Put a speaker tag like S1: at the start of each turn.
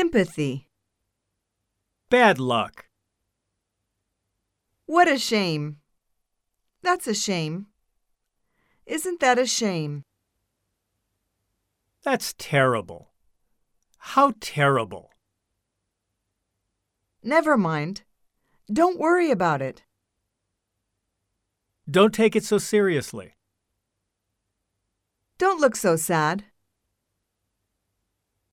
S1: Sympathy.
S2: Bad luck.
S1: What a shame. That's a shame. Isn't that a shame?
S2: That's terrible. How terrible.
S1: Never mind. Don't worry about it.
S2: Don't take it so seriously.
S1: Don't look so sad.